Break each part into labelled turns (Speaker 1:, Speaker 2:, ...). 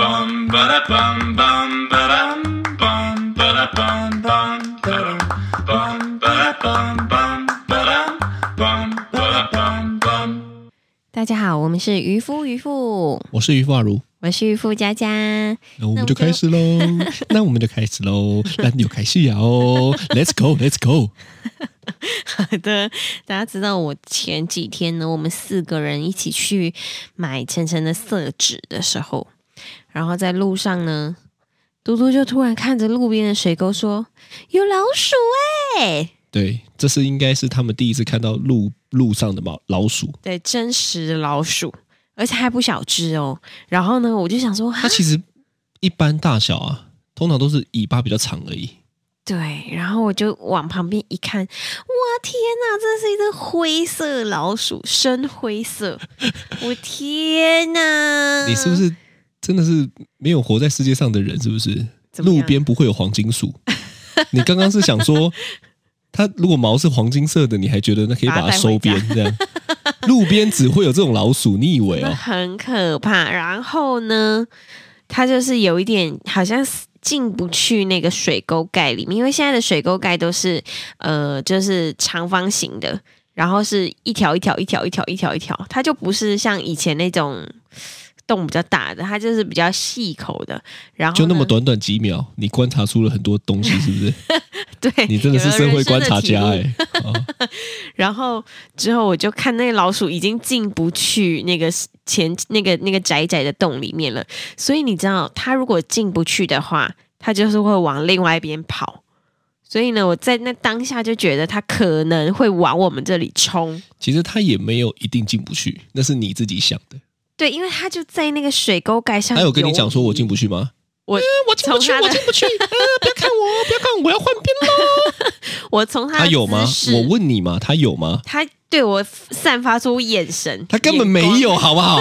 Speaker 1: bum ba da bum bum ba dum bum ba da bum bum ba dum bum ba da bum bum ba dum bum ba da bum bum.
Speaker 2: 大家好，我们是渔夫渔妇，
Speaker 3: 我是于发如，
Speaker 2: 我是渔夫佳佳。
Speaker 3: 那我
Speaker 2: 那我
Speaker 3: 们
Speaker 2: 们
Speaker 3: 就
Speaker 2: 就
Speaker 3: 开始喽， 那我们就开始喽，那你就开始呀哦，Let's go，Let's go，
Speaker 2: 好的， 大家知道我前几天呢，我们四个人一起去买晨晨的色纸的时候，然后在路上呢，嘟嘟就突然看着路边的水沟说：“有老鼠哎、
Speaker 3: 对，这是应该是他们第一次看到路路上的猫老鼠，
Speaker 2: 对，真实的老鼠，而且还不小只哦。然后呢，我就想说，哈
Speaker 3: 它其实一般大小啊，通常都是尾巴比较长而已，
Speaker 2: 对，然后我就往旁边一看，哇天哪，这是一只灰色老鼠，深灰色，我天哪！
Speaker 3: 你是不是真的是没有活在世界上的人？是不是？
Speaker 2: 怎么
Speaker 3: 路
Speaker 2: 样
Speaker 3: 边不会有黄金 鼠。你刚刚是想说，它如果毛是黄金色的，你还觉得那可以
Speaker 2: 把它
Speaker 3: 把它
Speaker 2: 带回
Speaker 3: 收编这样？路边只会有这种老鼠，你以为
Speaker 2: 那
Speaker 3: 哦？
Speaker 2: 很可怕。然后呢，它就是有一点好像是进不去那个水沟盖里面，因为现在的水沟盖都是呃，就是长方形的，然后是一条一条一条一条一条一条，它就不是像以前那种洞比较大的，它就是比较细口的。然后
Speaker 3: 就那
Speaker 2: 呢
Speaker 3: 么短短几秒，你观察出了很多东 西，是不是？
Speaker 2: 对，
Speaker 3: 你真的是
Speaker 2: 有了
Speaker 3: 社会
Speaker 2: 人生
Speaker 3: 观
Speaker 2: 的
Speaker 3: 察
Speaker 2: 体
Speaker 3: 家
Speaker 2: 悟
Speaker 3: 哎、哦
Speaker 2: 然后之后我就看那个老鼠已经进不去那个前那个那个窄窄的洞里面了，所以你知道，它如果进不去的话，它就是会往另外一边跑。所以呢，我在那当下就觉得它可能会往我们这里冲。
Speaker 3: 其实它也没有一定进不去，那是你自己想的。
Speaker 2: 对，因为它就在那个水沟盖上。
Speaker 3: 他啊有跟你讲说我进，不去吗？
Speaker 2: 我
Speaker 3: 我进不去，
Speaker 2: 从他的
Speaker 3: 我进不 去，呃，不要看我，不要看我，我要换边了。
Speaker 2: 我从它的
Speaker 3: 他有吗
Speaker 2: 姿？势
Speaker 3: 我问你嘛，他有吗？
Speaker 2: 它对我散发出眼神，
Speaker 3: 他根本没
Speaker 2: 眼
Speaker 3: 有，
Speaker 2: 光。
Speaker 3: 好不好？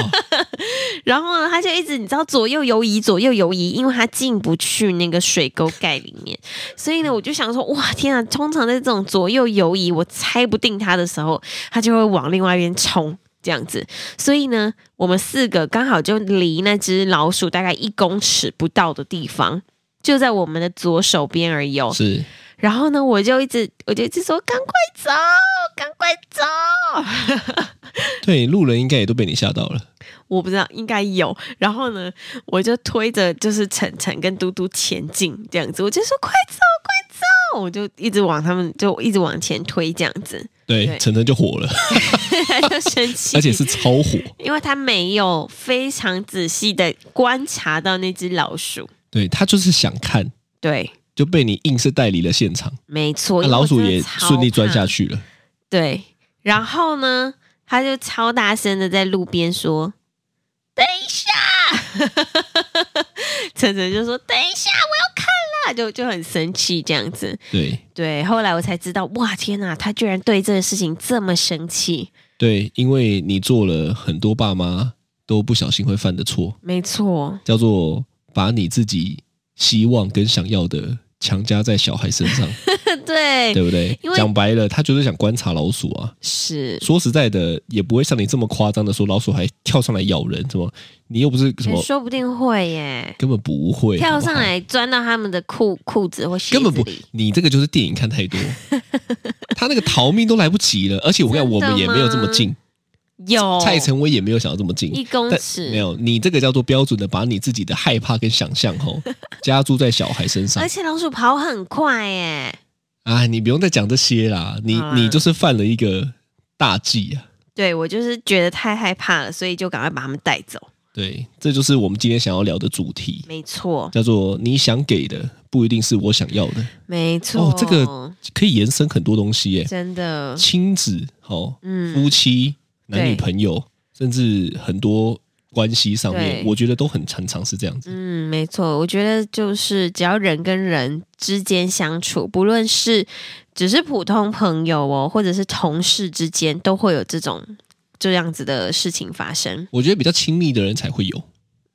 Speaker 2: 然后呢，它就一直你知道左右游移，左右游移，因为它进不去那个水沟盖里面，所以呢，我就想说，哇，天啊！通常在这种左右游移，我猜不定它的时候，它就会往另外一边冲，这样子。所以呢，我们四个刚好就离那只老鼠大概一公尺不到的地方。就在我们的左手边而已哦，
Speaker 3: 是
Speaker 2: 然后呢，我就一直，我就一直说赶快走，赶快走。
Speaker 3: 对路人应该也都被你吓到了。
Speaker 2: 我不知道，应该有。然后呢，我就推着就是晨晨跟嘟嘟前进，这样子，我就说快走，快走，我就一直往他们就一直往前推，这样子，对
Speaker 3: 对，晨晨就火 了，
Speaker 2: 他就生气，
Speaker 3: 而且是超火。
Speaker 2: 因为他没有非常仔细的观察到那只老鼠，
Speaker 3: 对他就是想看，
Speaker 2: 对，
Speaker 3: 就被你硬是带离了现场，
Speaker 2: 没错，
Speaker 3: 那
Speaker 2: 因为
Speaker 3: 老
Speaker 2: 我
Speaker 3: 鼠
Speaker 2: 真的
Speaker 3: 也
Speaker 2: 超
Speaker 3: 顺利钻
Speaker 2: 怕
Speaker 3: 下去了。
Speaker 2: 对，然后呢，他就超大声的在路边说：“等一下！”晨晨就说：“等一下，我要看啦！”就就很生气这样子。
Speaker 3: 对
Speaker 2: 对，后来我才知道，哇，天哪，他居然对这个事情这么生气。
Speaker 3: 对，因为你做了很多爸妈都不小心会犯的错，
Speaker 2: 没错，
Speaker 3: 叫做把你自己希望跟想要的强加在小孩身 上，
Speaker 2: 对，
Speaker 3: 对不对
Speaker 2: 因为？呃
Speaker 3: 讲白了，他就是想观察老鼠啊。
Speaker 2: 是
Speaker 3: 说实在的，也不会像你这么夸张的说老鼠还跳上来咬人，怎么？你又不是什么，
Speaker 2: 说不定会耶，
Speaker 3: 根本不会
Speaker 2: 跳上。
Speaker 3: 好不好
Speaker 2: 来钻到他们的裤裤子或鞋
Speaker 3: 根
Speaker 2: 子
Speaker 3: 本不
Speaker 2: 里。，
Speaker 3: 你这个就是电影 看太多，他那个逃命都来不及了。而且我跟你讲，我
Speaker 2: 真的哦
Speaker 3: 们也没有这么近，
Speaker 2: 有
Speaker 3: 蔡成威也没有想要这么近，
Speaker 2: 一公
Speaker 3: 但
Speaker 2: 尺，
Speaker 3: 没有，你这个叫做标准的，把你自己的害怕跟想 象吼加注在小孩身上
Speaker 2: 而。且老鼠跑很快耶。
Speaker 3: 哎，你不用再讲这些啦，你
Speaker 2: 好啦
Speaker 3: 你就是犯了一个大忌啊。
Speaker 2: 对我就是觉得太害怕了，所以就赶快把他们带走。
Speaker 3: 对，这就是我们今天想要聊的主题，
Speaker 2: 没错，
Speaker 3: 叫做你想给的不一定是我想要的，
Speaker 2: 没错，
Speaker 3: 哦这个可以延伸很多东西耶，
Speaker 2: 真的，
Speaker 3: 亲子、哦、
Speaker 2: 嗯，
Speaker 3: 夫妻、男
Speaker 2: 对
Speaker 3: 女朋友，甚至很多关系上面，
Speaker 2: 对
Speaker 3: 我觉得都很常常是这样子。
Speaker 2: 嗯，没错，我觉得就是只要人跟人之间相处，不论是只是普通朋友哦，或者是同事之间，都会有这种这样子的事情发生。
Speaker 3: 我觉得比较亲密的人才会有，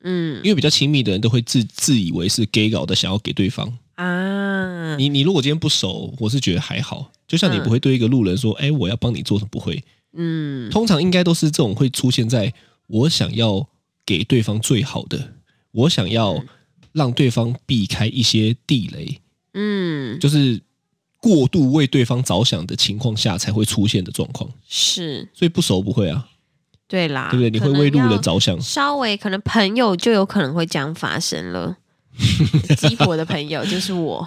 Speaker 2: 嗯
Speaker 3: 因为比较亲密的人都会自自以为是 gay 搞的，想要给对方。
Speaker 2: 嗯啊，
Speaker 3: 你你如果今天不熟，我是觉得还好。就像你
Speaker 2: 嗯
Speaker 3: 不会对一个路人说：“哎、我要帮你做什么？”不会，
Speaker 2: 嗯，
Speaker 3: 通常应该都是这种会出现在我想要给对方最好的，我想要让对方避开一些地雷，
Speaker 2: 嗯，
Speaker 3: 就是过度为对方着想的情况下才会出现的状况。
Speaker 2: 是
Speaker 3: 所以不熟不会啊，
Speaker 2: 对啦，
Speaker 3: 对不对？你
Speaker 2: 啊可
Speaker 3: 会
Speaker 2: 能
Speaker 3: 为路
Speaker 2: 要
Speaker 3: 人着想，
Speaker 2: 稍微可能朋友就有可能会这样发生 了。激活的朋友就是我，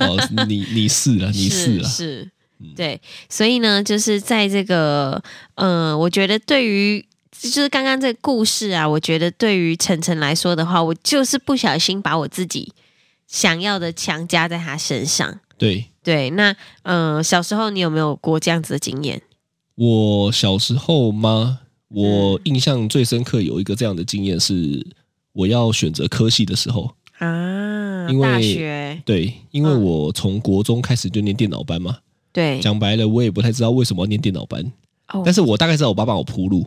Speaker 3: 哦，你你是啊，你是
Speaker 2: 是
Speaker 3: 啊，
Speaker 2: 是，对，所以呢，就是在这个，呃，我觉得对于就是刚刚这个故事啊，我觉得对于晨晨来说的话，我就是不小心把我自己想要的强加在他身上。
Speaker 3: 对。
Speaker 2: 对，那呃，小时候你有没有过这样子的经验？
Speaker 3: 我小时候吗？
Speaker 2: 嗯
Speaker 3: 我印象最深刻有一个这样的经验是，我要选择科系的时候，
Speaker 2: 啊
Speaker 3: 因为
Speaker 2: 大学
Speaker 3: 对，因为
Speaker 2: 嗯
Speaker 3: 我从国中开始就念电脑班嘛，
Speaker 2: 对，
Speaker 3: 讲白了我也不太知道为什么要念电脑班，
Speaker 2: 哦
Speaker 3: 但是我大概知道我爸帮我铺路，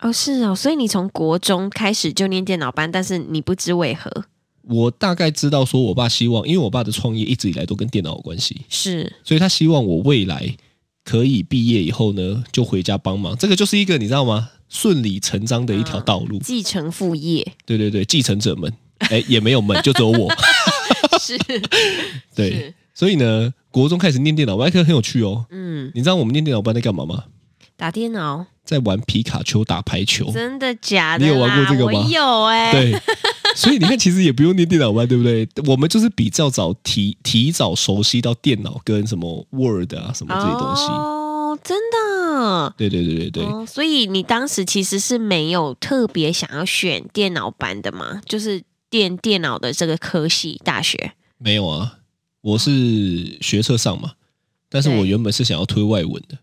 Speaker 2: 哦是哦，所以你从国中开始就念电脑班，但是你不知为何
Speaker 3: 我大概知道说我爸希望，因为我爸的创业一直以来都跟电脑有关系，
Speaker 2: 是
Speaker 3: 所以他希望我未来可以毕业以后呢就回家帮忙，这个就是一个你知道吗？顺理成章的一
Speaker 2: 嗯
Speaker 3: 条道路，
Speaker 2: 继承父 业，
Speaker 3: 对对对，继承者们，哎，也没有们，就只有我，
Speaker 2: 是，
Speaker 3: 对。
Speaker 2: 是，
Speaker 3: 所以呢，国中开始念电脑班，可很有趣哦。
Speaker 2: 嗯，
Speaker 3: 你知道我们念电脑班在干嘛吗？
Speaker 2: 打电脑，
Speaker 3: 在玩皮卡丘打排球。
Speaker 2: 真的假的啦？
Speaker 3: 哦你有玩过这个吗
Speaker 2: 我有哎、
Speaker 3: 对，所以你看，其实也不用念电脑班，对不对？我们就是比较早提提早熟悉到电脑跟什么 Word 啊什么这些东西。
Speaker 2: 哦，真的。
Speaker 3: 对对对对对，
Speaker 2: 哦，所以你当时其实是没有特别想要选电脑班的嘛，就是电电脑的这个科系大学
Speaker 3: 没有啊，我是学测上嘛，但是
Speaker 2: 对
Speaker 3: 我原本是想要推外文的。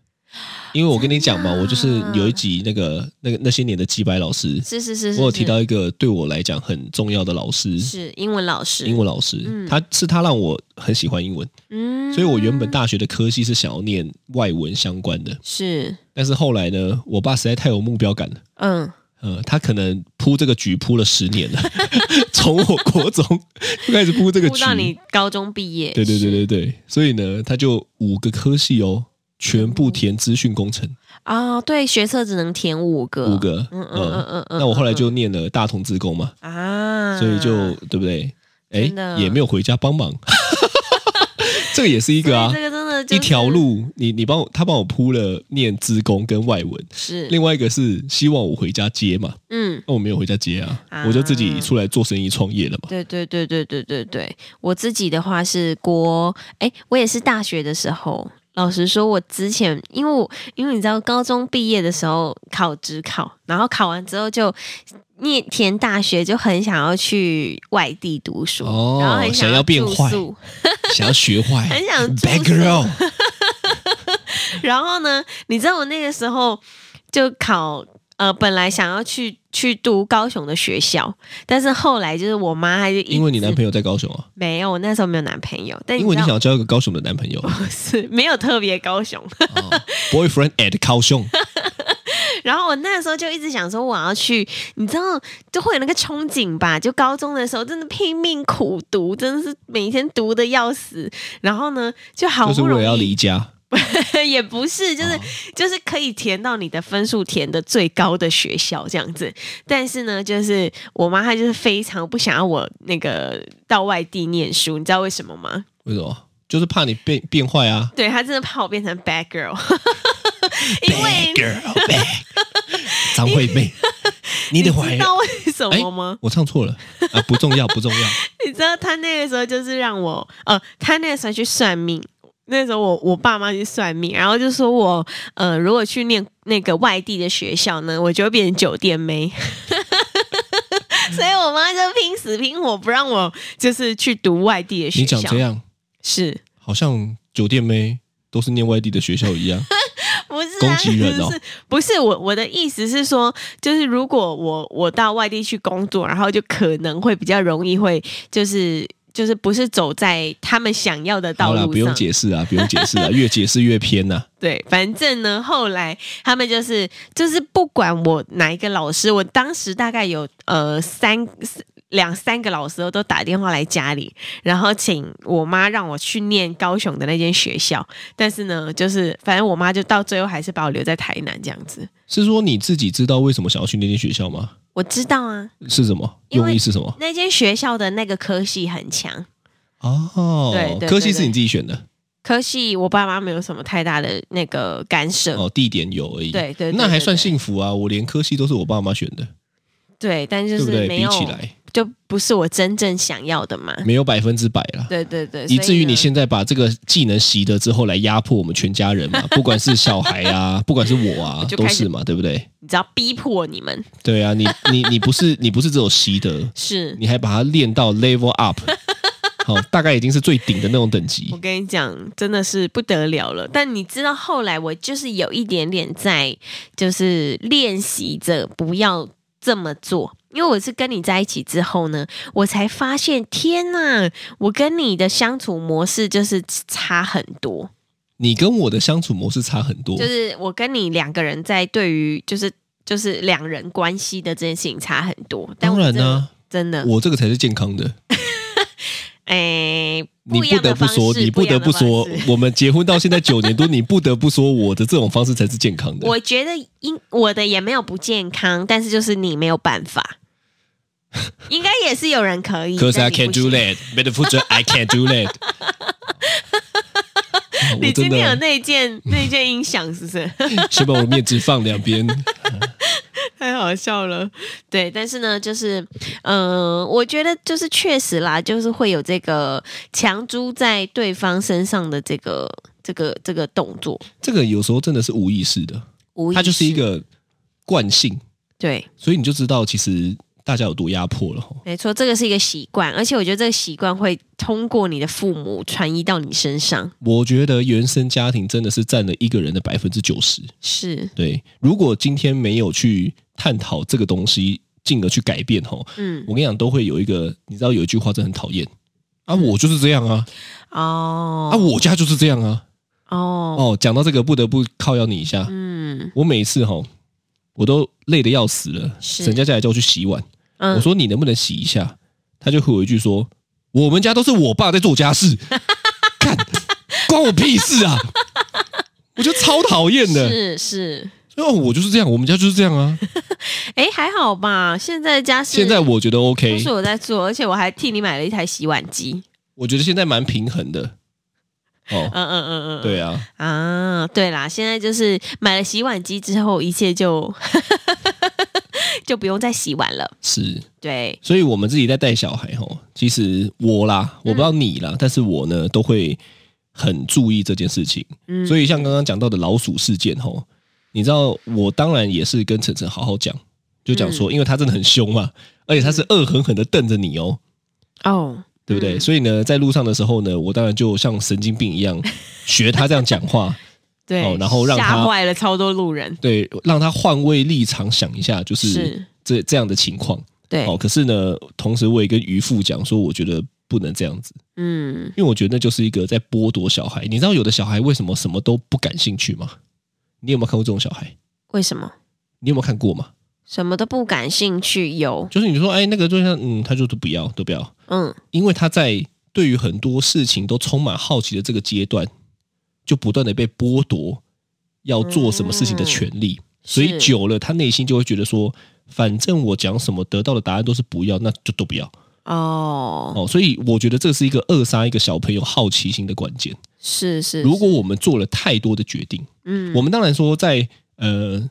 Speaker 3: 因为我跟你讲嘛，
Speaker 2: 真的啊
Speaker 3: 我就是有一集那个那个那些年的几白老师，
Speaker 2: 是是是是是，
Speaker 3: 我有提到一个对我来讲很重要的老师，
Speaker 2: 是英文老师，
Speaker 3: 英文老师，
Speaker 2: 嗯
Speaker 3: 他是他让我很喜欢英文，
Speaker 2: 嗯，
Speaker 3: 所以我原本大学的科系是想要念外文相关的，
Speaker 2: 是
Speaker 3: 但是后来呢，我爸实在太有目标感了。
Speaker 2: 嗯
Speaker 3: 呃，他可能铺这个局铺了十年了， 从我国中就开始铺这个
Speaker 2: 顾
Speaker 3: 局，
Speaker 2: 到你高中毕业，
Speaker 3: 对对对
Speaker 2: 是
Speaker 3: 对对，所以呢，他就五个科系哦，全部填资讯工程，
Speaker 2: 啊、对，学测只能填五个，
Speaker 3: 五，个，
Speaker 2: 嗯嗯嗯
Speaker 3: 呃
Speaker 2: 嗯嗯，
Speaker 3: 那我后来
Speaker 2: 嗯
Speaker 3: 就念了大同职工嘛，
Speaker 2: 嗯啊，
Speaker 3: 所以就对不对？哎
Speaker 2: 真的，
Speaker 3: 也没有回家帮忙， 这个也是一个啊
Speaker 2: 所以，这个真的、就是、
Speaker 3: 一条路，你你帮我，他帮我铺了念资工跟外文，
Speaker 2: 是，
Speaker 3: 另外一个是希望我回家接嘛，
Speaker 2: 嗯，
Speaker 3: 那我没有回家接啊，
Speaker 2: 啊
Speaker 3: 我就自己出来做生意创业了 嘛。
Speaker 2: 对对对对对对对，我自己的话是国，哎，我也是大学的时候。老实说，我之前因为我因为你知道，高中毕业的时候考职考，然后考完之后就念填大学，就很想要去外地读书，
Speaker 3: 哦
Speaker 2: 然后很
Speaker 3: 想要变
Speaker 2: 住
Speaker 3: 坏
Speaker 2: 宿
Speaker 3: 想要学坏，
Speaker 2: 很想住
Speaker 3: bad
Speaker 2: 宿
Speaker 3: girl，
Speaker 2: 然后呢，你知道我那个时候就考呃，本来想要去去读高雄的学校，但是后来就是我妈还是
Speaker 3: 因为你男
Speaker 2: 友
Speaker 3: 朋友在高雄啊，
Speaker 2: 没有，我那时候没有男朋友，但
Speaker 3: 因为你
Speaker 2: 知
Speaker 3: 想
Speaker 2: 道
Speaker 3: 要交一个高雄的男朋友啊
Speaker 2: 不是没有特别高雄，
Speaker 3: ，boyfriend at 高雄，
Speaker 2: 然后我那时候就一直想说我要去，你知道就会有那个憧憬吧？就高中的时候真的拼命苦读，真的是每天读的要死，然后呢就好
Speaker 3: 就是
Speaker 2: 不
Speaker 3: 为
Speaker 2: 容
Speaker 3: 了
Speaker 2: 易
Speaker 3: 要离家。
Speaker 2: 也不是，就是、
Speaker 3: 哦
Speaker 2: 就是可以填到你的分数填的最高的学校这样子。但是呢，就是我妈她就是非常不想要我那个到外地念书，你知道为什么吗？
Speaker 3: 为什么？就是怕你变变坏啊
Speaker 2: 对她真的怕我变成 bad girl，因
Speaker 3: ，bad
Speaker 2: 为
Speaker 3: girl，bad，张惠妹，
Speaker 2: 你
Speaker 3: 你得怀哎
Speaker 2: 知
Speaker 3: 孕。
Speaker 2: 道为什么吗？
Speaker 3: 我唱错了啊，不重要，不 重要。
Speaker 2: 你知道她那个时候就是让我呃，她那个时候去算命。那时候我我爸妈去算命，然后就说我呃，如果去念那个外地的学校呢，我就会变成酒店妹。 所以我妈就拼死拼活不让我就是去读外地的学
Speaker 3: 你
Speaker 2: 校。
Speaker 3: 讲这样，
Speaker 2: 是
Speaker 3: 好像酒店妹都是念外地的学校一样。
Speaker 2: 不是、啊、
Speaker 3: 攻击人哦
Speaker 2: 就是 不是我我的意思是说，就是如果我我到外地去工作，然后就可能会比较容易会就是就是不是走在他们想要的 道
Speaker 3: 好
Speaker 2: 路
Speaker 3: 啦，
Speaker 2: 上。
Speaker 3: 不用解释啊，不用解 释啊，越解释越偏啊呐、
Speaker 2: 对，反正呢，后来他们就是就是不管我哪一个老师，我当时大概有呃三四两三个老师都打电话来家里，然后请我妈让我去念高雄的那间学校，但是呢，就是反正我妈就到最后还是把我留在台南这样子。
Speaker 3: 是说你自己知道为什么想要去那间学校吗？
Speaker 2: 我知道啊，
Speaker 3: 是什么？
Speaker 2: 因为
Speaker 3: 用意是什么？
Speaker 2: 那间学校的那个科系很强，
Speaker 3: 哦
Speaker 2: 对对，对
Speaker 3: 科系是你自己选的
Speaker 2: 科系我爸妈没有什么太大的那个干涉，
Speaker 3: 哦，地点有而已。
Speaker 2: 对对对
Speaker 3: 那还算
Speaker 2: 对对
Speaker 3: 幸福啊！我连科系都是我爸妈选的，
Speaker 2: 对，但就
Speaker 3: 对不
Speaker 2: 是
Speaker 3: 对？
Speaker 2: 没
Speaker 3: 比
Speaker 2: 有，
Speaker 3: 起来，
Speaker 2: 就不是我真正想要的嘛。
Speaker 3: 没有百分之百啦。
Speaker 2: 对对 对，
Speaker 3: 以
Speaker 2: 所
Speaker 3: 至于
Speaker 2: 呢
Speaker 3: 你现在把这个技能习得之后，来压迫我们全家人嘛， 不管是小孩啊，不管是我啊，
Speaker 2: 就
Speaker 3: 都
Speaker 2: 开始
Speaker 3: 是嘛，对不对？
Speaker 2: 你只要逼迫你们
Speaker 3: 对啊，你你你不是你不是只有习得，
Speaker 2: 是。
Speaker 3: 你还把它练到 level up，好、大概已经是最顶的那种等级
Speaker 2: 我。跟你讲，真的是不得了了。但你知道后来我就是有一点点在，就是练习着不要这么做，因为我是跟你在一起之后呢，我才发现，天呐，我跟你的相处模式就是差很多。
Speaker 3: 你跟我的相处模式差很多，
Speaker 2: 就是我跟你两个人在对于就是就是两人关系的这件事情差很多。但我
Speaker 3: 当然啊
Speaker 2: 真的嗯
Speaker 3: 呢、
Speaker 2: 真的，
Speaker 3: 我这个才是健康的。
Speaker 2: 哎，
Speaker 3: 你
Speaker 2: 一
Speaker 3: 不
Speaker 2: 样
Speaker 3: 得
Speaker 2: 的
Speaker 3: 不
Speaker 2: 方式
Speaker 3: 说，你
Speaker 2: 不一
Speaker 3: 得
Speaker 2: 样
Speaker 3: 不
Speaker 2: 的
Speaker 3: 说
Speaker 2: 方式，
Speaker 3: 我们结婚到现在九 年多，你不得不说我的这种方式才是健康的。
Speaker 2: 我觉得应我的也没有不健康，但是就是你没有办 法，应该也是有人可以。
Speaker 3: Cause
Speaker 2: 但
Speaker 3: I
Speaker 2: 你不
Speaker 3: can do
Speaker 2: 行
Speaker 3: that, better future I can do that 。
Speaker 2: 你
Speaker 3: 我
Speaker 2: 今
Speaker 3: 真
Speaker 2: 天有
Speaker 3: 的
Speaker 2: 那一件 那一件音响是不是？
Speaker 3: 先把我面子放两边，
Speaker 2: 太好笑了。对，但是呢，就是嗯、呃我觉得就是确实啦，就是会有这个强租在对方身上的这个这个这个动作，
Speaker 3: 这个有时候真的是无意识的，
Speaker 2: 无意
Speaker 3: 它就是一
Speaker 2: 识
Speaker 3: 个惯性，
Speaker 2: 对，
Speaker 3: 所以你就知道其实大家有多压迫了吼。
Speaker 2: 没错，这个是一个习惯，而且我觉得这个习惯会通过你的父母传移到你身上，
Speaker 3: 我觉得原生家庭真的是占了一个人的百分之九十。
Speaker 2: 是，
Speaker 3: 对，如果今天没有去探讨这个东西，进而去改变吼，
Speaker 2: 嗯。
Speaker 3: 我跟你讲，都会有一个，你知道有一句话真的很讨厌啊，我就是这样啊，
Speaker 2: 哦，
Speaker 3: 啊，我家就是这样啊。
Speaker 2: 哦，
Speaker 3: 哦，讲到这个，不得不靠邀你一下，
Speaker 2: 嗯
Speaker 3: 我每次吼，我都累得要死了，
Speaker 2: 是
Speaker 3: 沈佳佳来叫我去洗碗，
Speaker 2: 嗯，
Speaker 3: 我说你能不能洗一下，他就回我一句说，我们家都是我爸在做家 事，看关我屁事啊，我就超讨厌的，
Speaker 2: 是是，
Speaker 3: 哦，我就是这样，我们家就是这 样啊。
Speaker 2: 哎，还好吧，现在家是
Speaker 3: 现在我觉得
Speaker 2: 都
Speaker 3: OK，
Speaker 2: 是我在做，而且我还替你买了一台洗碗机，
Speaker 3: 我觉得现在蛮平衡的。哦，
Speaker 2: 嗯嗯嗯嗯，
Speaker 3: 对啊，
Speaker 2: 啊，对啦，现在就是买了洗碗机之后，一切就 就不用再洗碗了，
Speaker 3: 是。
Speaker 2: 对，
Speaker 3: 所以我们自己在带小孩吼，其实我啦，我不知道你啦，但是我呢都会很注意这件事情。
Speaker 2: 嗯，
Speaker 3: 所
Speaker 2: 以
Speaker 3: 以像刚刚讲到的老鼠事件吼，你知道我当然也是跟晨晨好好讲，就
Speaker 2: 嗯
Speaker 3: 讲说，因为他真的很凶嘛，而且他是恶狠狠的瞪着你哦，
Speaker 2: 哦，
Speaker 3: 对不对？
Speaker 2: 嗯
Speaker 3: 所以呢，在路上的时候呢，我当然就像神经病一样学他这样讲话，
Speaker 2: 对、
Speaker 3: 哦然后让
Speaker 2: 吓
Speaker 3: 他
Speaker 2: 坏了超多路人，
Speaker 3: 对，让他换位立场想一下，就是
Speaker 2: 是，
Speaker 3: 这这样的情况。
Speaker 2: 对，
Speaker 3: 哦，可是呢，同时我也跟渔父讲说，我觉得不能这样子，
Speaker 2: 嗯，
Speaker 3: 因为我觉得那就是一个在剥夺小孩。你知道有的小孩为什么什么都不感兴趣吗？你有没有看过这种小孩？
Speaker 2: 为什么
Speaker 3: 你有没有看过吗？
Speaker 2: 什么都不感兴趣？有，
Speaker 3: 就是你说，哎，那个就像，嗯，他就是不要，都不要，
Speaker 2: 嗯，
Speaker 3: 因为他在对于很多事情都充满好奇的这个阶段，就不断的被剥夺要做什么事情的权利，所
Speaker 2: 嗯
Speaker 3: 以
Speaker 2: 是
Speaker 3: 久了，他内心就会觉得说，反正我讲什么得到的答案都是不要，那就都不要。
Speaker 2: 哦，
Speaker 3: 哦，所以我觉得这是一个扼杀一个小朋友好奇心的关键。
Speaker 2: 是是，
Speaker 3: 如果我们做了太多的决定，
Speaker 2: 嗯，
Speaker 3: 我们当然说在呃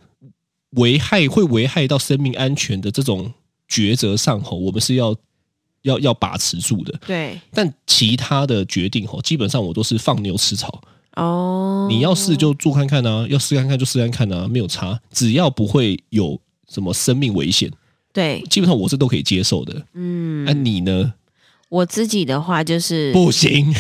Speaker 3: 危害会危害到生命安全的这种抉择上吼，我们是要要要把持住的。
Speaker 2: 对
Speaker 3: 但其他的决定吼，基本上我都是放牛吃草，
Speaker 2: 哦，
Speaker 3: 你要试就做看看啊，要试看看就试看看啊，没有差，只要不会有什么生命危险，
Speaker 2: 对，
Speaker 3: 基本上我是都可以接受的。
Speaker 2: 嗯，
Speaker 3: 那、你呢？
Speaker 2: 我自己的话就是
Speaker 3: 不 行，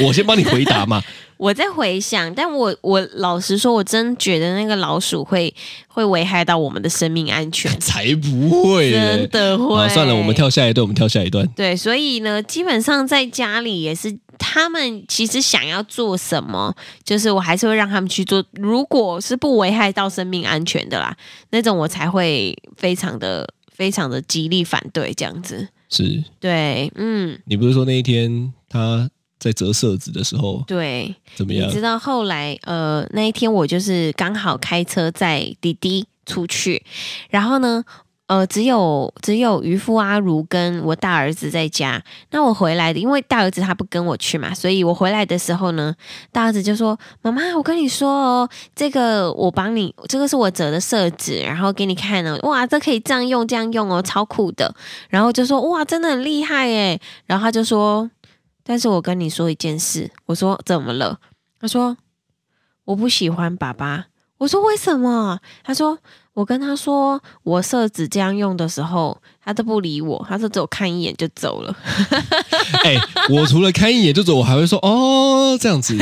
Speaker 3: 我先帮你回答嘛。，
Speaker 2: 我在回想，但我我老实说，我真觉得那个老鼠会会危害到我们的生命安全
Speaker 3: 才不会嘞，
Speaker 2: 真的会。
Speaker 3: 啊好，算了，我们。跳下一段，我们跳下一段。
Speaker 2: 对，所以呢，基本上在家里也是，他们其实想要做什么，就是我还是会让他们去做。如果是不危害到生命安全的啦，那种我才会非常的、非常的极力反对这样子。
Speaker 3: 是
Speaker 2: 对，嗯，
Speaker 3: 你不是说那一天他在折射子的时候
Speaker 2: 对。
Speaker 3: 怎么
Speaker 2: 你
Speaker 3: 样？
Speaker 2: 知道后来呃那一天我就是刚好开车载弟弟出去，然后呢，呃，只有只有渔夫阿如跟我大儿子在家。那我回来的，因为大儿子他不跟我去嘛，所以我回来的时候呢，大儿子就说：“妈妈，我跟你说哦，这个我帮你，这个是我折的色纸，然后给你看哦，哇，这可以这样用，这样用哦，超酷的。”然后就说：“哇，真的很厉害耶。”然后他就说：“但是我跟你说一件事。”我说：“怎么了？”他说：“我不喜欢爸爸。”我说：“为什么？”他说：“我跟他说我设置这样用的时候，他都不理我，他说只有看一眼就走了。
Speaker 3: 哎、我除了看一眼就走，我还会说哦 这样子。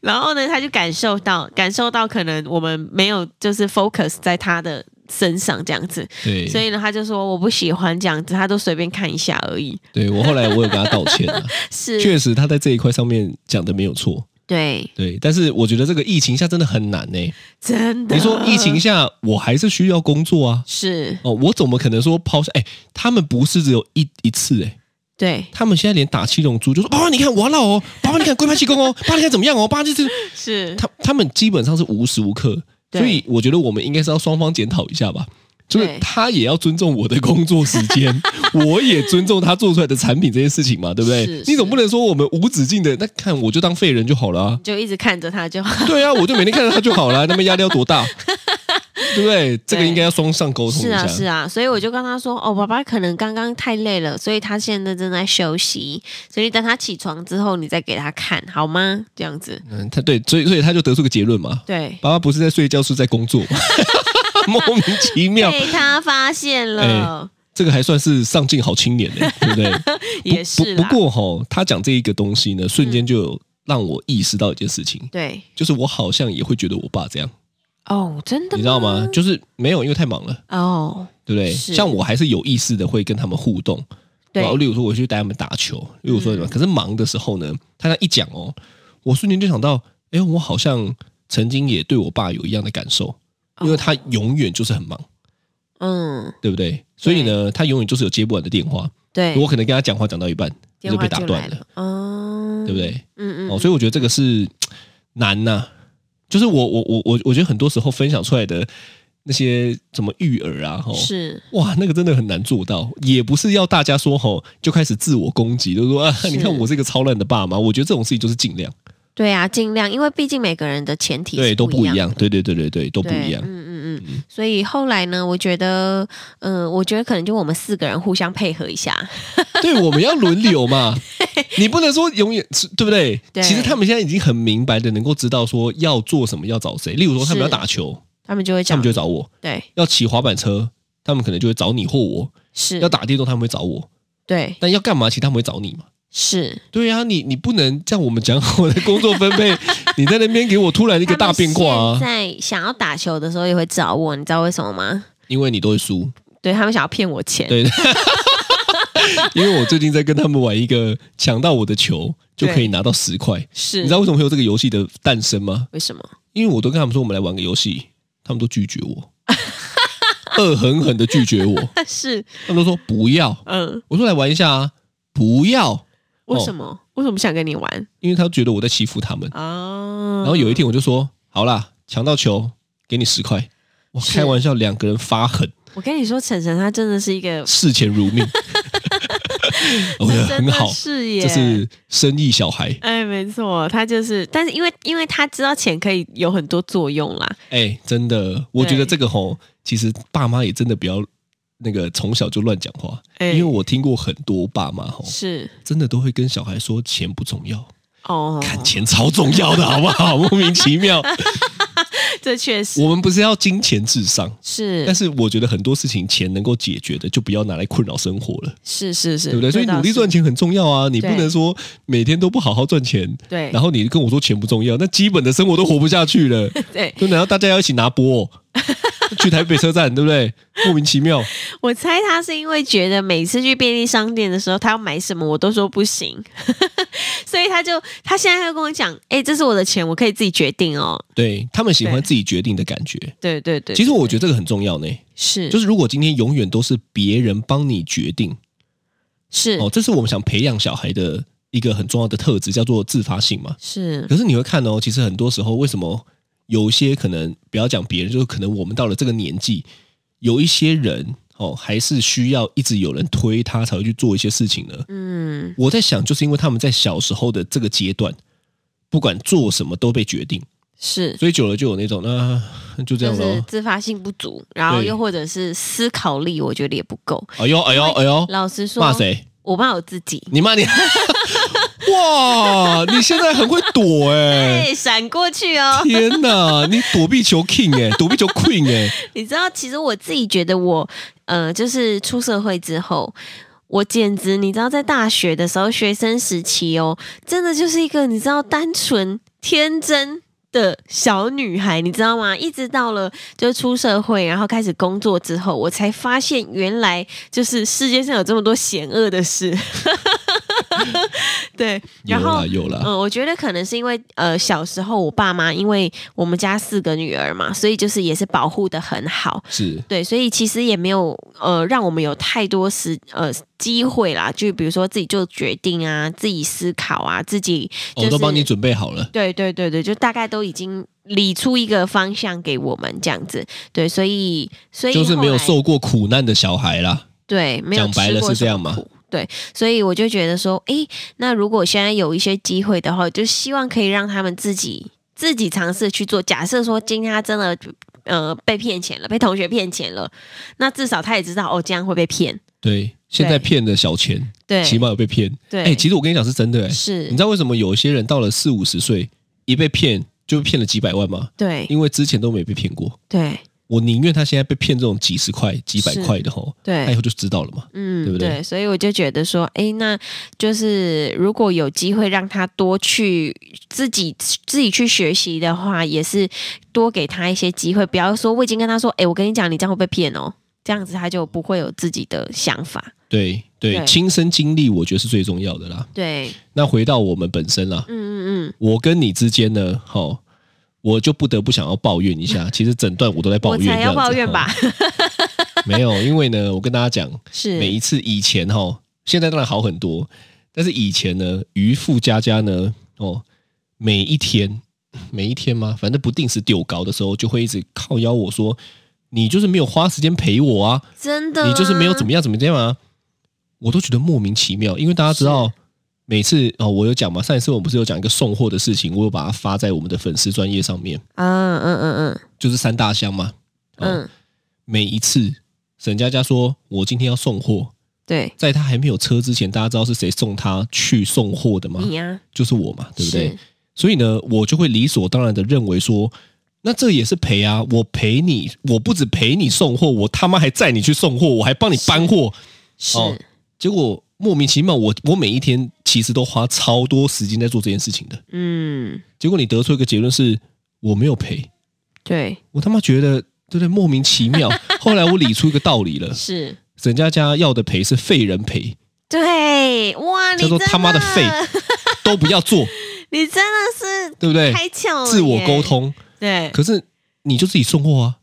Speaker 2: 然后呢，他就感受到感受到可能我们没有就是 focus 在他的身上这样子，
Speaker 3: 对，
Speaker 2: 所以呢，他就说我不喜欢这样子，他都随便看一下而已。
Speaker 3: 对我后来我有跟他道歉啊，
Speaker 2: 是，
Speaker 3: 确实他在这一块上面讲的没有错。
Speaker 2: 对，
Speaker 3: 对，但是我觉得这个疫情下真的很难呢、欸
Speaker 2: 真的。
Speaker 3: 你说疫情下，我还是需要工作啊。
Speaker 2: 是
Speaker 3: 哦，我怎么可能说抛下？哎、他们不是只有一一次哎、
Speaker 2: 对，
Speaker 3: 他们现在连打七龙珠就说：“爸爸，你看我要闹哦，爸爸，你看龟派气功哦，爸爸，你看怎么样哦，爸爸就是
Speaker 2: 是
Speaker 3: 他他们基本上是无时无刻，
Speaker 2: 对
Speaker 3: 所以我觉得我们应该是要双方检讨一下吧。就是
Speaker 2: 对
Speaker 3: 他也要尊重我的工作时 间，我也尊重他做出来的产品这件事情嘛，对不对？
Speaker 2: 是。
Speaker 3: 你总不能说我们无止境的那看我就当废人就好了 啊
Speaker 2: 就一直看着他就好。
Speaker 3: 对啊，我就每天看着他就好了啊，那么压力要多大，对不对？这个应该要双向沟通一
Speaker 2: 是啊，
Speaker 3: 下。
Speaker 2: 是啊，所以我就跟他说，
Speaker 3: 嗯
Speaker 2: 哦，爸爸可能刚刚太累了，所以他现在正在休息，所以等他起床之后，你再给他看好吗？这样子，
Speaker 3: 嗯，他对，所以所以他就得出个结论嘛，
Speaker 2: 对，
Speaker 3: 爸爸不是在睡觉，是在工作嘛， 莫名其妙。
Speaker 2: 被他发现了，
Speaker 3: 这个还算是上进好青年呢、对不对？
Speaker 2: 也是
Speaker 3: 哎不
Speaker 2: 啦嗯
Speaker 3: 不过哈、他讲这一个东西呢，瞬间就有让我意识到一件事情，
Speaker 2: 对，
Speaker 3: 就是我好像也会觉得我爸这样，
Speaker 2: 哦，真的，
Speaker 3: 你知道吗？？就是没有，因为太忙了，
Speaker 2: 哦，
Speaker 3: 对不对？
Speaker 2: 是
Speaker 3: 像我还是有意识的会跟他们互动，
Speaker 2: 对嗯
Speaker 3: 然，后例如说我去带他们打球，例如说什么，可是忙的时候呢，他那一讲哦，我瞬间就想到，哎，我好像曾经也对我爸有一样的感受，
Speaker 2: 哦
Speaker 3: 因为他永远就是很忙，
Speaker 2: 嗯，
Speaker 3: 对不对？所以呢，他永远就是有接不完的电话，
Speaker 2: 对，
Speaker 3: 我可能跟他讲话讲到一半，他
Speaker 2: 电
Speaker 3: 就
Speaker 2: 话
Speaker 3: 被打
Speaker 2: 就
Speaker 3: 断
Speaker 2: 来
Speaker 3: 了。
Speaker 2: 了，哦，
Speaker 3: 对不？对？
Speaker 2: 嗯嗯，
Speaker 3: 哦，所以我觉得这个是难呐、就是我我我我我觉得很多时候分享出来的那些什么育儿啊，吼，
Speaker 2: 是
Speaker 3: 哇，那个真的很难做到，也不是要大家说吼就开始自我攻击，就说啊，
Speaker 2: 是
Speaker 3: 你看我是一个超烂的爸妈，我觉得这种事情就是尽量，
Speaker 2: 对啊，尽量，因为毕竟每个人的前提
Speaker 3: 对，
Speaker 2: 是
Speaker 3: 都
Speaker 2: 不
Speaker 3: 不
Speaker 2: 一
Speaker 3: 一
Speaker 2: 样
Speaker 3: 样，对对对对对，都不
Speaker 2: 对，
Speaker 3: 一样
Speaker 2: 嗯，嗯嗯，所以后来呢，我觉得，嗯，我觉得可能就我们四个人互相配合一下，
Speaker 3: 对，我们要轮流嘛，你不能说永远是对不对？
Speaker 2: 对
Speaker 3: 其实他们现在已经很明白的能够知道说要做什么，要找谁，例如说他们
Speaker 2: 是
Speaker 3: 要打球，
Speaker 2: 他们就会
Speaker 3: 他
Speaker 2: 讲
Speaker 3: 们，就会找我，
Speaker 2: 对，
Speaker 3: 要骑滑板车。他们可能就会找你或我，
Speaker 2: 是
Speaker 3: 要，打电动他们会找我，
Speaker 2: 对，
Speaker 3: 但要干嘛？其实他们会找你嘛。
Speaker 2: 是
Speaker 3: 对呀、你你不能像我们讲好的工作分 配，你在那边给我突然一
Speaker 2: 一
Speaker 3: 个大变卦啊！
Speaker 2: 在想要打球的时候也会找我，你知道为什么吗？
Speaker 3: 因为你都会输，
Speaker 2: 对他们想要骗我钱，
Speaker 3: 对。因为我最近在跟他们玩一个抢到我的球就可以拿到十块，
Speaker 2: 是，
Speaker 3: 你知道为什么会有这个游戏的诞生吗？
Speaker 2: 为什么？
Speaker 3: 因为我都跟他们说我们来玩个游戏，他们都拒绝我， 恶狠狠的拒绝我，
Speaker 2: 是，
Speaker 3: 他们都说不要。
Speaker 2: 嗯，
Speaker 3: 我说来玩一下啊，不要，
Speaker 2: 为什么？为什么想跟你玩
Speaker 3: 因为他觉得我在欺负他们。
Speaker 2: 啊？
Speaker 3: 然后有一天我就说，好啦，抢到球给你十块。我
Speaker 2: 是
Speaker 3: 开玩笑，两个人发狠，
Speaker 2: 我跟你说，晨晨他真的是一个，
Speaker 3: 视钱如 命，我觉得
Speaker 2: 真
Speaker 3: 哦很
Speaker 2: 的
Speaker 3: 好，
Speaker 2: 是耶，
Speaker 3: 这是生意小孩。
Speaker 2: 哎，没错，他就是，但是因为因为他知道钱可以有很多作用啦，
Speaker 3: 哎，真的，我觉得这个吼，其实爸妈也真的不要那个从小就乱讲话，
Speaker 2: 哎
Speaker 3: 因为我听过很多爸妈吼，
Speaker 2: 是
Speaker 3: 真的都会跟小孩说钱不重要，
Speaker 2: 哦，
Speaker 3: 看钱超重要的，好 不好？莫名其妙，
Speaker 2: 这确实
Speaker 3: 我们不是要金钱至上，
Speaker 2: 是，
Speaker 3: 但是我觉得很多事情钱能够解决的，就不要拿来困扰生活了。
Speaker 2: 是是是，
Speaker 3: 对不对？所以
Speaker 2: 这倒
Speaker 3: 努力
Speaker 2: 是
Speaker 3: 赚，钱很重要啊！你不
Speaker 2: 对
Speaker 3: 能说每天都不好好赚钱，
Speaker 2: 对，
Speaker 3: 然后你跟我说钱不重要，那基本的生活都活不下 去了。
Speaker 2: 对
Speaker 3: 就难道大家要一起拿波、去台北车站，对不对？莫名其妙，
Speaker 2: 我猜他是因为觉得每次去便利商店的时候，他要买什么我都说不行， 所以他就他现在要跟我讲，哎，这是我的钱，我可以自己决定哦。
Speaker 3: 对他们喜欢
Speaker 2: 对
Speaker 3: 自己决定的感觉。
Speaker 2: 对对对，
Speaker 3: 其实我觉得这个很重要呢，
Speaker 2: 是
Speaker 3: 就是如果今天永远都是别人帮你决定，
Speaker 2: 是
Speaker 3: 哦，这是我们想培养小孩的一个很重要的特质，叫做自发性嘛。
Speaker 2: 是
Speaker 3: 可是你会看哦，其实很多时候为什么有一些可能不要讲别人，就是可能我们到了这个年纪，有一些人哦，还是需要一直有人推他才会去做一些事情呢？
Speaker 2: 嗯，
Speaker 3: 我在想，就是因为他们在小时候的这个阶段，不管做什么都被决定，
Speaker 2: 是，
Speaker 3: 所以久了就有那种那、就
Speaker 2: 就
Speaker 3: 这样
Speaker 2: 是
Speaker 3: 喽。
Speaker 2: 自发性不足，然后
Speaker 3: 对
Speaker 2: 又或者是思考力，我觉得也不够。
Speaker 3: 哎呦哎呦哎呦，
Speaker 2: 老实说，
Speaker 3: 骂谁？
Speaker 2: 我骂我自己。
Speaker 3: 你 骂你！哇，你现在很会躲哎、
Speaker 2: 哎，闪过去哦！
Speaker 3: 天哪，你躲避球 king 哎、躲避球 queen 哎、
Speaker 2: 你知道，其实我自己觉得我，呃，就是出社会之后，我简直，你知道，在大学的时候，学生时期哦，真的就是一个你知道单纯天真。的小女孩，你知道吗？一直到了就是出社会，然后开始工作之后，我才发现原来就是世界上有这么多险恶的事。 对，
Speaker 3: 有
Speaker 2: 然后
Speaker 3: 啦有啦，
Speaker 2: 嗯，我觉得可能是因为呃，小时候我爸妈因为我们家四个女儿嘛，所以就是也是保护的很好，
Speaker 3: 是
Speaker 2: 对，所以其实也没有呃，让我们有太多时呃机会啦，就比如说自己做决定啊，自己思考啊，自己
Speaker 3: 我、
Speaker 2: 就是
Speaker 3: 哦都帮你准备好了。
Speaker 2: 对对对对，就大概都已经理出一个方向给我们这样子，对，所以所以
Speaker 3: 就是没
Speaker 2: 后
Speaker 3: 有
Speaker 2: 来
Speaker 3: 受过苦难的小孩啦，
Speaker 2: 对，没有
Speaker 3: 讲白
Speaker 2: 吃
Speaker 3: 了
Speaker 2: 过
Speaker 3: 是这
Speaker 2: 什
Speaker 3: 样
Speaker 2: 么
Speaker 3: 嘛
Speaker 2: 苦。对，所以我就觉得说，诶，那如果现在有一些机会的话，就希望可以让他们自己自己尝试去做。假设说今天他真的呃被骗钱了，被同学骗钱了，那至少他也知道哦，这样会被骗。
Speaker 3: 对，现在骗的小钱，
Speaker 2: 对
Speaker 3: 起码有被骗。
Speaker 2: 对，
Speaker 3: 哎、其实我跟你讲是真的哎、你
Speaker 2: 是
Speaker 3: 知，道为什么有些人到了四五十岁一被骗就骗了几百万吗？
Speaker 2: 对
Speaker 3: 因为之前都没被骗过。
Speaker 2: 对
Speaker 3: 我宁愿他现在被骗这种几十块、几百
Speaker 2: 是
Speaker 3: 块的吼，他以
Speaker 2: 对。
Speaker 3: 后就知道了嘛。
Speaker 2: 嗯，
Speaker 3: 对不对
Speaker 2: 所以我就觉得说，诶，那就是如果有机会让他多去自己自己去学习的话，也是多给他一些机会，不要说我已经跟他说，诶，我跟你讲，你这样会被骗哦，这样子他就不会有自己的想法。
Speaker 3: 对对，
Speaker 2: 对
Speaker 3: 亲身经历我觉得是最重要的啦。
Speaker 2: 对，
Speaker 3: 那回到我们本身啦，
Speaker 2: 嗯嗯嗯，
Speaker 3: 我跟你之间呢，吼，我就不得不想要抱怨 一下。其实整段我都在抱
Speaker 2: 我
Speaker 3: 怨这样
Speaker 2: 才
Speaker 3: 子，
Speaker 2: 要抱怨
Speaker 3: 吼
Speaker 2: 吧？？
Speaker 3: 没有，因为呢，我跟大家讲，每
Speaker 2: 是
Speaker 3: 一次以前哈，现在当然好很多，但是以前呢，渔夫家家呢，哦，每一天每一天吗？反正不定时丢稿的时候，就会一直靠邀我说，你就是没有花时间陪我啊，
Speaker 2: 真的啊、
Speaker 3: 你就是没有怎么样怎么样啊，我都觉得莫名其妙，因为大家知道。每次哦，我有讲嘛，上一次我们不是有讲一个送货的事情，我有把它发在我们的粉丝专业上面，
Speaker 2: 嗯嗯嗯
Speaker 3: 就是三大箱嘛。哦、
Speaker 2: 嗯嗯，
Speaker 3: 每一次沈佳佳说我今天要送货，
Speaker 2: 对，
Speaker 3: 在他还没有车之前，大家知道是谁送他去送货的吗？
Speaker 2: 你呀、
Speaker 3: 就是我嘛，对不
Speaker 2: 嗯
Speaker 3: 对
Speaker 2: 是？？
Speaker 3: 所以呢，我就会理所当然的认为说，那这也是陪啊，我陪你，我不止陪你送货，我他妈还载你去送货，我还帮你搬货。
Speaker 2: 是，
Speaker 3: 哦结果莫名其妙，我我每一天其实都花超多时间在做这件事情的。
Speaker 2: 嗯，
Speaker 3: 结果你得出一个结论是，我没有陪，
Speaker 2: 对，
Speaker 3: 我他妈觉得对不对？莫名其 妙。后来我理出一个道理了，
Speaker 2: 是。
Speaker 3: 沈佳佳要的陪是废人 陪，
Speaker 2: 对，哇，你
Speaker 3: 叫做
Speaker 2: 真
Speaker 3: 他妈的 废，都不要做。
Speaker 2: 你真的是
Speaker 3: 对不对？
Speaker 2: 开哦窍了，
Speaker 3: 哎自我沟，通，
Speaker 2: 对，
Speaker 3: 可是你就自己送货啊，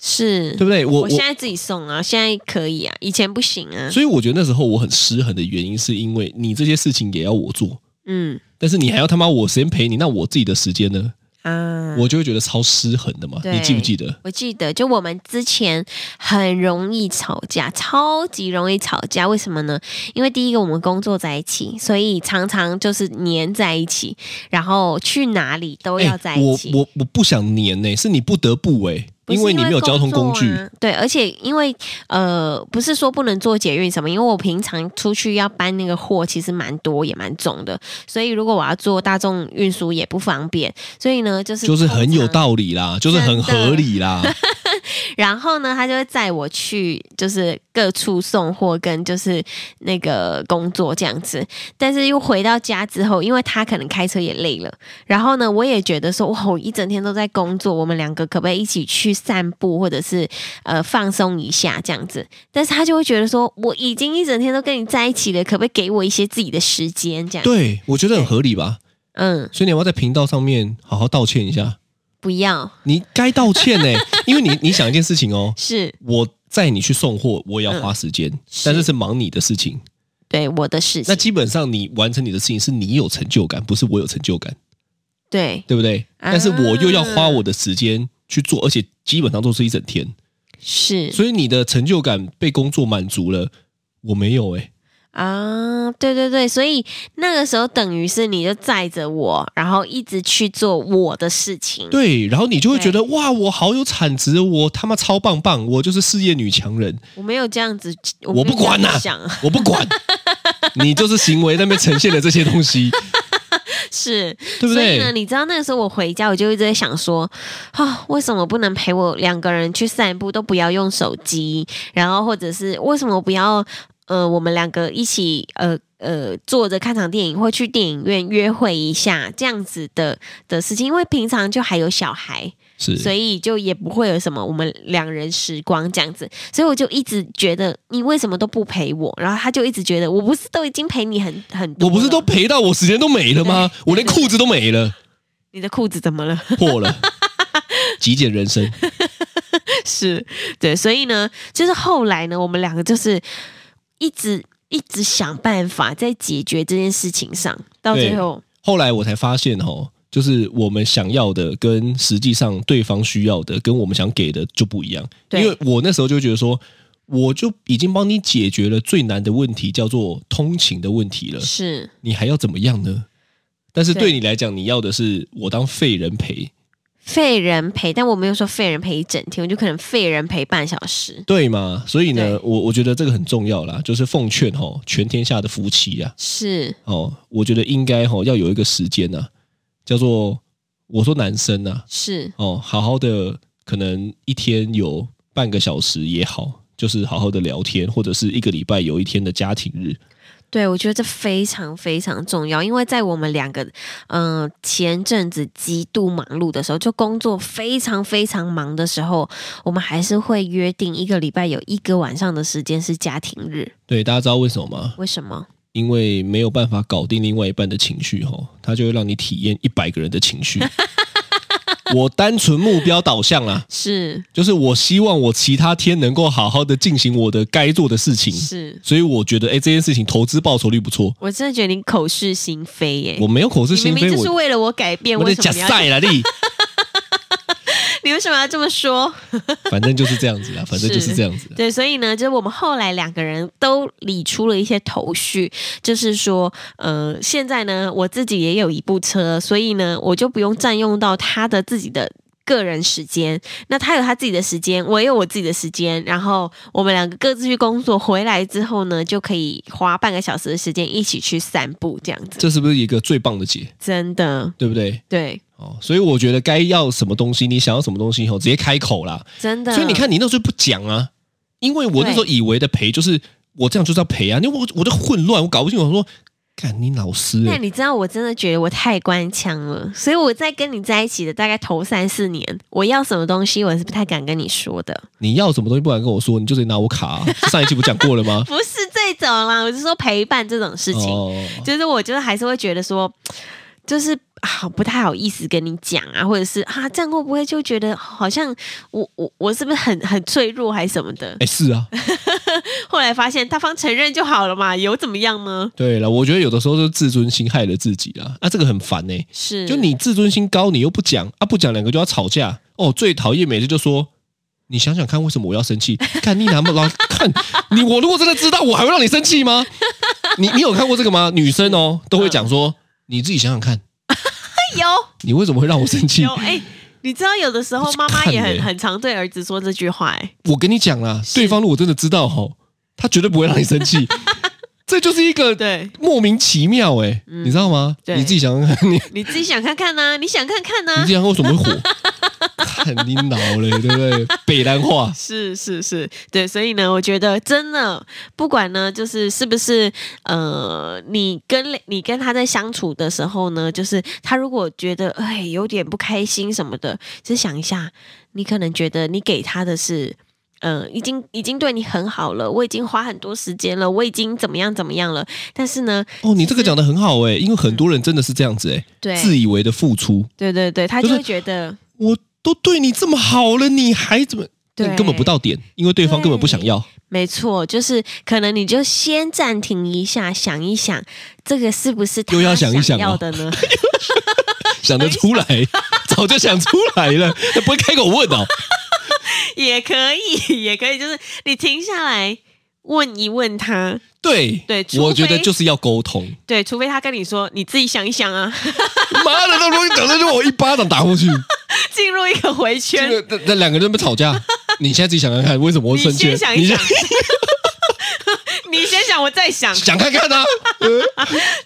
Speaker 2: 是
Speaker 3: 对，不对？我
Speaker 2: 嗯我现在自己送啊，现在可以啊，以前不行啊，
Speaker 3: 所以我觉得那时候我很失衡的原因，是因为你这些事情也要我做，
Speaker 2: 嗯
Speaker 3: 但是你还要他妈我时间陪你，那我自己的时间呢？
Speaker 2: 啊，
Speaker 3: 我就会觉得超失衡的嘛。
Speaker 2: 对
Speaker 3: 你记不记得？
Speaker 2: 我记得，就我们之前很容易吵架，超级容易吵架。为什么呢？因为第一个我们工作在一起，所以常常就是黏在一起，然后去哪里都要在一
Speaker 3: 哎我
Speaker 2: 起。
Speaker 3: 我我不想黏呢、是你不得不哎、
Speaker 2: 不是
Speaker 3: 因为你没有交通工具
Speaker 2: 工作啊对，而且因为呃，不是说不能做捷运什么，因为我平常出去要搬那个货，其实蛮多也蛮重的，所以如果我要坐大众运输也不方便，所以呢，就是
Speaker 3: 就是很有
Speaker 2: 理。
Speaker 3: 道理啦，就是很合理 啦。
Speaker 2: 然后呢，他就会载我去，就是各处送货跟就是那个工作这样子。但是又回到家之后，因为他可能开车也累了，然后呢，我也觉得说，哇，我一整天都在工作，我们两个可不可以一起去散步，或者是呃放松一下这样子？但是他就会觉得说，我已经一整天都跟你在一起了，可不可以给我一些自己的时间？这样，
Speaker 3: 对，我觉得很合理吧。
Speaker 2: 嗯，
Speaker 3: 所以你要不要在频道上面好好道歉一下？
Speaker 2: 不要，
Speaker 3: 你该道歉呢、因为你你想一件事情哦，
Speaker 2: 是
Speaker 3: 我载你去送货，我也要花时间，
Speaker 2: 嗯是
Speaker 3: 但是是忙你的事情。
Speaker 2: 对我的事情，
Speaker 3: 那基本上你完成你的事情是你有成就感，不是我有成就感，
Speaker 2: 对，
Speaker 3: 对不对？
Speaker 2: 啊
Speaker 3: 但是我又要花我的时间去做，而且基本上都是一整天，
Speaker 2: 是
Speaker 3: 所以你的成就感被工作满足了，我没有哎、
Speaker 2: 啊，对对对，所以那个时候等于是你就载着我，然后一直去做我的事情。
Speaker 3: 对，然后你就会觉得哇，我好有产值，我他妈超棒棒，我就是事业女强人，
Speaker 2: 我没有这样子，
Speaker 3: 我
Speaker 2: 没
Speaker 3: 不
Speaker 2: 有这样
Speaker 3: 管啊呐、
Speaker 2: 想
Speaker 3: 我 不管，你就是行为那边呈现的这些东西，
Speaker 2: 是，
Speaker 3: 对不
Speaker 2: 所以呢，
Speaker 3: 对？
Speaker 2: 你知道那个时候我回家，我就一直在想说，啊、为什么不能陪我两个人去散步，都不要用手机，然后或者是为什么不要呃，我们两个一起呃呃坐着看场电影，或去电影院约会一下这样子的的事情，因为平常就还有小孩，所
Speaker 3: 是，
Speaker 2: 以就也不会有什么我们两人时光这样子，所以我就一直觉得你为什么都不陪我，然后他就一直觉得我不是都已经陪你很很多
Speaker 3: 我
Speaker 2: 了，
Speaker 3: 不是都赔到我时间都没了吗？我连裤子都没了，
Speaker 2: 你的裤子怎么了？
Speaker 3: 破了，极简人生。
Speaker 2: 是对，所以呢，就是后来呢，我们两个就是一直一直想办法在解决这件事情上，到最
Speaker 3: 对
Speaker 2: 后
Speaker 3: 后来我才发现哦，就是我们想要的跟实际上对方需要的跟我们想给的就不一样。因
Speaker 2: 对
Speaker 3: 为我那时候就觉得说，我就已经帮你解决了最难的问题，叫做通勤的问题了，
Speaker 2: 是
Speaker 3: 你还要怎么样呢？但是
Speaker 2: 对
Speaker 3: 对你来讲，你要的是我当废人陪，
Speaker 2: 废人陪，但我没有说废人陪一整天，我就可能废人陪半小时。
Speaker 3: 对吗？所以
Speaker 2: 对
Speaker 3: 呢，我我觉得这个很重要啦，就是奉劝哦，全天下的夫妻啊，
Speaker 2: 是
Speaker 3: 哦，我觉得应该哦要有一个时间呐、叫做我说男生呐、
Speaker 2: 是，
Speaker 3: 哦，好好的，可能一天有半个小时也好，就是好好的聊天，或者是一个礼拜有一天的家庭日，
Speaker 2: 对我觉得这非常非常重要，因为在我们两个嗯、呃前阵子极度忙碌的时候，就工作非常非常忙的时候，我们还是会约定一个礼拜有一个晚上的时间是家庭日。
Speaker 3: 对，大家知道为什么吗？
Speaker 2: 为什么？
Speaker 3: 因为没有办法搞定另外一半的情绪哦，他就会让你体验一百个人的情绪。我单纯目标导向啦，
Speaker 2: 是
Speaker 3: 就是我希望我其他天能够好好的进行我的该做的事情，
Speaker 2: 是，
Speaker 3: 所以我觉得哎，这件事情投资报酬率不错。
Speaker 2: 我真的觉得你口是心非耶、
Speaker 3: 我没有口是
Speaker 2: 你
Speaker 3: 心
Speaker 2: 明
Speaker 3: 非，
Speaker 2: 明就是
Speaker 3: 我
Speaker 2: 为了我改变，
Speaker 3: 我
Speaker 2: 为
Speaker 3: 在
Speaker 2: 什么要
Speaker 3: 假
Speaker 2: 这？
Speaker 3: 赛啦，你。
Speaker 2: 你为什么要这么说？
Speaker 3: 反正就是这样子啦，反正就是这样子啦。
Speaker 2: 对，所以呢，就是我们后来两个人都理出了一些头绪，就是说，呃，现在呢，我自己也有一部车，所以呢，我就不用占用到他的自己的。个人时间，那他有他自己的时间，我也有我自己的时间，然后我们两个各自去工作，回来之后呢，就可以花半个小时的时间一起去散步，这样子，
Speaker 3: 这是不是一个最棒的解，
Speaker 2: 真的，
Speaker 3: 对不对？
Speaker 2: 对，
Speaker 3: 哦，所以我觉得该要什么东西，你想要什么东西以后直接开口啦。
Speaker 2: 真的。
Speaker 3: 所以你看，你那时候不讲啊，因为我那时候以为的赔就是我这样就是要赔啊，因为我我的混乱，我搞不清楚，我说干你老师、
Speaker 2: 那
Speaker 3: 欸，
Speaker 2: 你知道我真的觉得我太官腔了，所以我在跟你在一起的大概头三四年，我要什么东西我是不太敢跟你说的，？
Speaker 3: 你要什么东西不敢跟我说，你就得拿我卡、啊。 上一期不讲过了吗
Speaker 2: 不是这种啦，我是说陪伴这种事情，
Speaker 3: 哦，
Speaker 2: 就是我就是还是会觉得说，就是啊不太好意思跟你讲啊，或者是啊这样会不会就觉得好像我我我是不是很很脆弱还是什么的？
Speaker 3: 哎，是啊，
Speaker 2: 后来发现大方承认就好了嘛，有怎么样吗？
Speaker 3: 对了，我觉得有的时候就是自尊心害了自己啦，啊，这个很烦呢、
Speaker 2: 是，
Speaker 3: 就你自尊心高，你又不讲啊，不讲两个就要吵架哦。最讨厌每次就说，你想想看，为什么我要生气？ 看你男不老看你，我如果真的知道，我还会让你生气吗？ 你你有看过这个吗？女生哦都会讲说，你自己想想看，
Speaker 2: 哎有。
Speaker 3: 你为什么会让我生气
Speaker 2: 有？哎、你知道有的时候
Speaker 3: 我去
Speaker 2: 妈妈
Speaker 3: 看
Speaker 2: 也很、
Speaker 3: 欸
Speaker 2: 很常对儿子说这句话、哎，
Speaker 3: 我跟你讲啦，对方如果真的知道吼，他绝对不会让你 生气。这就是一个
Speaker 2: 对，嗯
Speaker 3: 莫名其妙哎、你知道吗？
Speaker 2: 对
Speaker 3: 你自己想想看，你
Speaker 2: 你自己想看看呐、你想看看啊呐、
Speaker 3: 你自己想为什么会火？ 看你恼了，对不对？北兰话。
Speaker 2: 是是是，对，所以呢，我觉得真的不管呢，就是是不是呃，你跟你跟他在相处的时候呢，就是他如果觉得哎有点不开心什么的，就想一下，你可能觉得你给他的是。呃，已经已经对你很好了，我已经花很多时间了，我已经怎么样怎么样了。但是呢，
Speaker 3: 哦，你这个讲的很好哎、因为很多人真的是这样子哎、
Speaker 2: 嗯对，
Speaker 3: 自以为的付出，
Speaker 2: 对对对，他就
Speaker 3: 就是
Speaker 2: 会觉得
Speaker 3: 我都对你这么好了，你还怎么？
Speaker 2: 对
Speaker 3: 但根本不到点，因为对方根本不想要。
Speaker 2: 没错，就是可能你就先暂停一下，想一想，这个是不是他
Speaker 3: 又要想一想哦
Speaker 2: 要的呢？
Speaker 3: 想得出来，早就想出来了，不会开口问哦。
Speaker 2: 也可以，也可以，就是你停下来问一问他，
Speaker 3: 对
Speaker 2: 对除
Speaker 3: 我觉得
Speaker 2: 非
Speaker 3: 就是要沟通。
Speaker 2: 对，除非他跟你说你自己想一想啊，
Speaker 3: 妈的，那东西等着就我一巴掌打过去，
Speaker 2: 进入一个回
Speaker 3: 这
Speaker 2: 圈，
Speaker 3: 个那那两个人在那边 吵架，你现在自己想想看，为什么会
Speaker 2: 你
Speaker 3: 生气？
Speaker 2: 先想一想
Speaker 3: 你，
Speaker 2: 你先想，我再想，
Speaker 3: 想看看啊，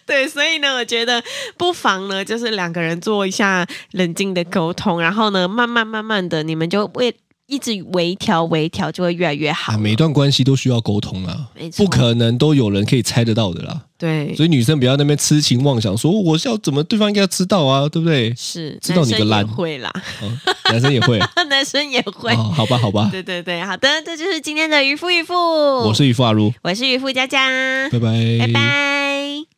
Speaker 2: 对，所以呢，我觉得不妨呢，就是两个人做一下冷静的沟通，然后呢，慢慢慢慢的，你们就会一直微调微调，就会越来越好。
Speaker 3: 啊，每段关系都需要沟通啦
Speaker 2: 没，错
Speaker 3: 不可能都有人可以猜得到的啦。
Speaker 2: 对，
Speaker 3: 所以女生不要那边痴情妄想，说我是要怎么对方应该要知道啊，对不对？
Speaker 2: 是
Speaker 3: 知道你的
Speaker 2: 男
Speaker 3: 烂
Speaker 2: 生也会啦，
Speaker 3: 哦男生也会，
Speaker 2: 男生也会。
Speaker 3: 哦，好吧，好吧，
Speaker 2: 对对对，好的，这就是今天的渔夫渔夫，
Speaker 3: 我是渔夫阿如，
Speaker 2: 我是渔夫佳佳，
Speaker 3: 拜拜，
Speaker 2: 拜拜